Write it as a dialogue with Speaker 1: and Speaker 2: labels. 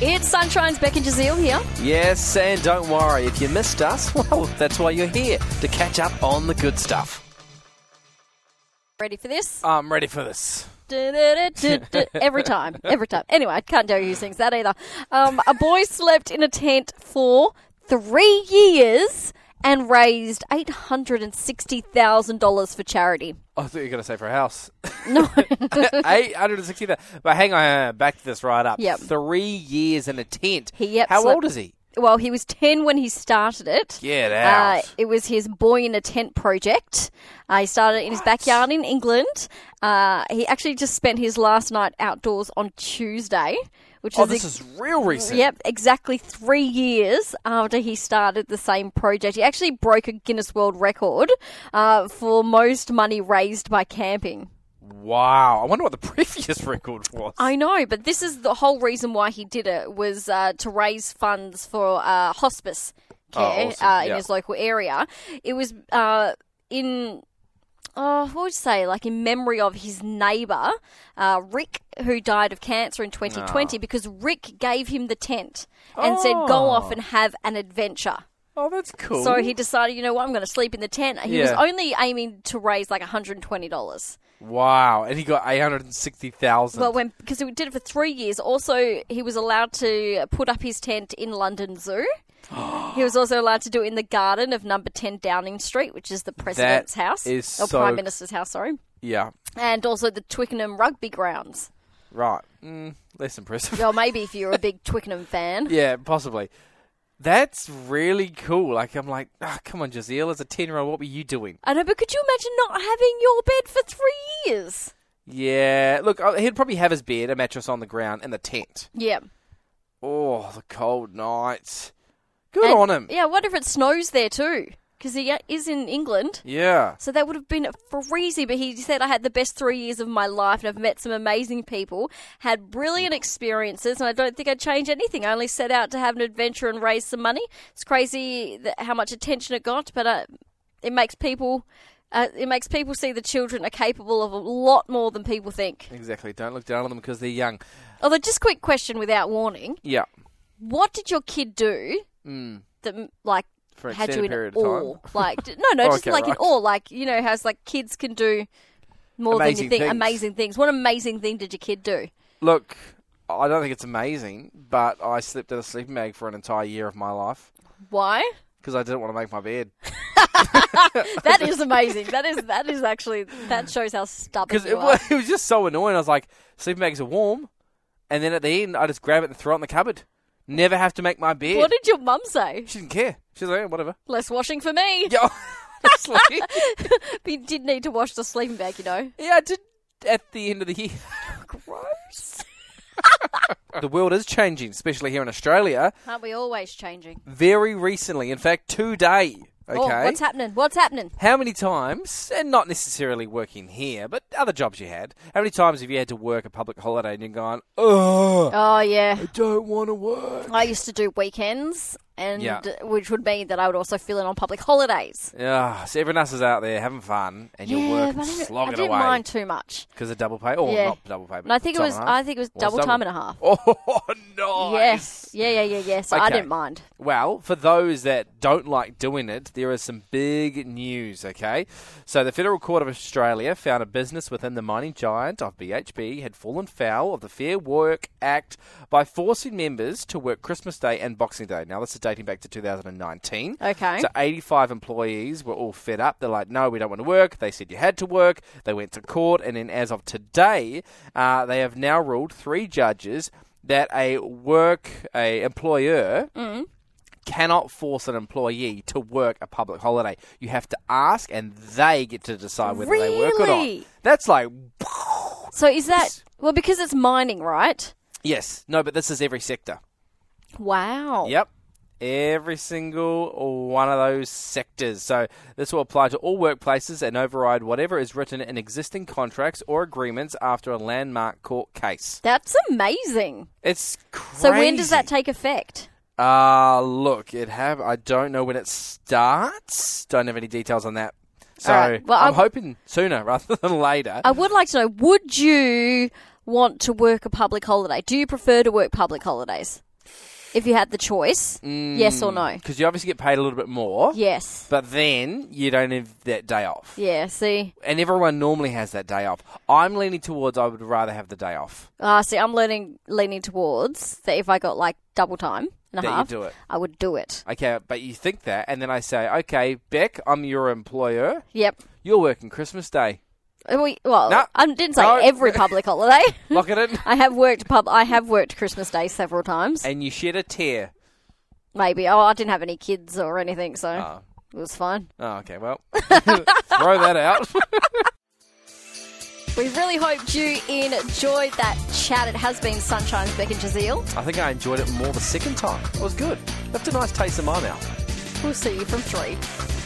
Speaker 1: It's Sunshine's Becky Jazeel here.
Speaker 2: Yes, and don't worry, if you missed us, well, that's why you're here, to catch up on the good stuff.
Speaker 1: Ready for this?
Speaker 2: I'm ready for this.
Speaker 1: Du-du-du-du-du. Every time, every time. Anyway, I can't tell you who sings that either. Um, a boy slept in a tent for three years and raised eight hundred and sixty thousand dollars for charity.
Speaker 2: I thought you were going to say for a house.
Speaker 1: No,
Speaker 2: 860. But hang on, hang on, back this right up.
Speaker 1: Yep.
Speaker 2: Three years in a tent.
Speaker 1: He- yep,
Speaker 2: How
Speaker 1: slept-
Speaker 2: old is he?
Speaker 1: well, he was ten when he started it.
Speaker 2: Get out.
Speaker 1: Uh, it was his boy in a tent project. Uh, he started in his backyard in England. Uh, he actually just spent his last night outdoors on Tuesday, which
Speaker 2: oh,
Speaker 1: is
Speaker 2: this is real recent.
Speaker 1: Yep, exactly three years after he started the same project. He actually broke a Guinness World Record uh, for most money raised by camping.
Speaker 2: Wow. I wonder what the previous record was.
Speaker 1: I know, but this is the whole reason why he did it was uh, to raise funds for uh, hospice care
Speaker 2: Oh, awesome.
Speaker 1: uh, in
Speaker 2: Yeah.
Speaker 1: his local area. It was uh, in. Oh, what would you say? Like in memory of his neighbour, uh, Rick, who died of cancer in 2020,
Speaker 2: Ah.
Speaker 1: because Rick gave him the tent and said, go off and have an adventure.
Speaker 2: oh, that's cool.
Speaker 1: So he decided, you know what, I'm going to sleep in the tent. He
Speaker 2: Yeah.
Speaker 1: was only aiming to raise like $120.
Speaker 2: Wow. And he got 860,000.
Speaker 1: Well, when because he did it for three years. Also, he was allowed to put up his tent in London Zoo. he was also allowed to do it in the garden of Number Ten Downing Street, which is the president's house
Speaker 2: is
Speaker 1: or
Speaker 2: so-
Speaker 1: prime minister's house. Sorry,
Speaker 2: yeah.
Speaker 1: and also the Twickenham rugby grounds.
Speaker 2: Right. Mm, less impressive.
Speaker 1: Well, maybe if you're a big Twickenham fan.
Speaker 2: Yeah, possibly. That's really cool. Like, I'm like, ah, come on, Jazeel, as a 10 year old, what were you doing?
Speaker 1: I know, but could you imagine not having your bed for three years?
Speaker 2: Yeah. Look, uh, he'd probably have his bed, a mattress on the ground, and the tent.
Speaker 1: Yeah.
Speaker 2: Oh, the cold nights. Good
Speaker 1: And-
Speaker 2: on him.
Speaker 1: Yeah, what if it snows there too? Because he uh, is in England.
Speaker 2: Yeah.
Speaker 1: So that would have been freezy, but he said I had the best three years of my life and I've met some amazing people, had brilliant experiences, and I don't think I'd change anything. I only set out to have an adventure and raise some money. It's crazy that, how much attention it got, but uh, it makes people. Uh, it makes people see the children are capable of a lot more than people think.
Speaker 2: Exactly. Don't look down on them because they're young.
Speaker 1: Although, just quick question without warning:
Speaker 2: Yeah.
Speaker 1: What did your kid do
Speaker 2: Mm.
Speaker 1: that, like,
Speaker 2: For an
Speaker 1: had you
Speaker 2: extended
Speaker 1: in
Speaker 2: period of
Speaker 1: awe?
Speaker 2: time. Oh,
Speaker 1: Like, d- no, no, just
Speaker 2: Okay,
Speaker 1: like in
Speaker 2: right.
Speaker 1: awe. Like, you know, how it's like kids can do more than
Speaker 2: Amazing
Speaker 1: you think.
Speaker 2: things.
Speaker 1: Amazing things. What amazing thing did your kid do?
Speaker 2: Look, I don't think it's amazing, but I slept in a sleeping bag for an entire year of my life
Speaker 1: Why?
Speaker 2: because I didn't want to make my bed.
Speaker 1: That is amazing. that is that is actually that shows how stubborn
Speaker 2: Because
Speaker 1: you
Speaker 2: it,
Speaker 1: are.
Speaker 2: wa- it was just so annoying. I was like, sleeping bags are warm, and then at the end, I just grab it and throw it in the cupboard. Never have to make my bed.
Speaker 1: What did your mum say?
Speaker 2: she didn't care. She was like, "Eh, whatever.
Speaker 1: Less washing for me.
Speaker 2: Yeah, honestly.
Speaker 1: But you did need to wash the sleeping bag, you know.
Speaker 2: yeah, I did at the end of the year.
Speaker 1: Gross.
Speaker 2: The world is changing, especially here in Australia.
Speaker 1: Aren't we always changing?
Speaker 2: Very recently, in fact, today. Okay.
Speaker 1: Oh, what's happening? What's happening?
Speaker 2: How many times, and not necessarily working here, but other jobs you had, how many times have you had to work a public holiday and you're going, oh,
Speaker 1: Oh yeah.
Speaker 2: I don't want to work?
Speaker 1: I used to do weekends and
Speaker 2: Yeah.
Speaker 1: which would mean that I would also fill in on public holidays.
Speaker 2: Yeah, so Ah, everyone else is out there having fun and you're working,
Speaker 1: but I didn't- I
Speaker 2: slogging
Speaker 1: didn't
Speaker 2: away
Speaker 1: mind too much.
Speaker 2: because of double pay, or
Speaker 1: Yeah.
Speaker 2: not double pay. But
Speaker 1: And I think it
Speaker 2: time
Speaker 1: was
Speaker 2: and a
Speaker 1: I
Speaker 2: half.
Speaker 1: think it was
Speaker 2: Or
Speaker 1: double,
Speaker 2: double.
Speaker 1: time and a half.
Speaker 2: Oh, no.
Speaker 1: Yes. Yeah, yeah, yeah, yeah. So I
Speaker 2: Okay.
Speaker 1: didn't mind.
Speaker 2: Well, for those that don't like doing it, there is some big news, okay? So, the Federal Court of Australia found a business within the mining giant of BHP had fallen foul of the Fair Work Act by forcing members to work Christmas Day and Boxing Day. Now, this is dating back to 2019.
Speaker 1: Okay.
Speaker 2: So, 85 employees were all fed up. They're like, no, we don't want to work. They said you had to work. They went to court. And then, as of today, uh, they have now ruled three judges. That a work a employer cannot force an employee to work a public holiday. You have to ask, and they get to decide whether they work or not.
Speaker 1: Really?
Speaker 2: That's like
Speaker 1: So is that well because it's mining, right?
Speaker 2: yes, no, but this is every sector.
Speaker 1: Wow.
Speaker 2: Yep. Every single one of those sectors. So, this will apply to all workplaces and override whatever is written in existing contracts or agreements after a landmark court case.
Speaker 1: That's amazing.
Speaker 2: It's crazy.
Speaker 1: So when does that take effect?
Speaker 2: Uh look, it have I don't know when it starts. Don't have any details on that. So
Speaker 1: Alright, well,
Speaker 2: I'm
Speaker 1: I'm-
Speaker 2: hoping sooner rather than later.
Speaker 1: I would like to know, would you want to work a public holiday? Do you prefer to work public holidays? if you had the choice?
Speaker 2: Mm.
Speaker 1: Yes or no?
Speaker 2: Because you obviously get paid a little bit more,
Speaker 1: Yes.
Speaker 2: but then you don't have that day off.
Speaker 1: Yeah, see.
Speaker 2: And everyone normally has that day off. I'm leaning towards I would rather have the day off.
Speaker 1: Ah, see, I'm learning leaning towards that if I got like double time and a
Speaker 2: That you
Speaker 1: half,
Speaker 2: do it.
Speaker 1: I would do it.
Speaker 2: Okay, but you think that, and then I say, okay, Beck, I'm your employer.
Speaker 1: Yep.
Speaker 2: You're working Christmas Day.
Speaker 1: Uh, we- Well,
Speaker 2: No.
Speaker 1: I didn't say
Speaker 2: No.
Speaker 1: every public holiday.
Speaker 2: Look at it.
Speaker 1: I have worked pub. I have worked Christmas Day several times.
Speaker 2: And you shed a tear.
Speaker 1: Maybe. Oh, I didn't have any kids or anything, so
Speaker 2: Oh,
Speaker 1: it was fine.
Speaker 2: oh okay, well, throw that out.
Speaker 1: We really hoped you enjoyed that chat. It has been Sunshine's Beck and Jazeel.
Speaker 2: I think I enjoyed it more the second time. It was good. Left a nice taste in my mouth.
Speaker 1: We'll see you from three.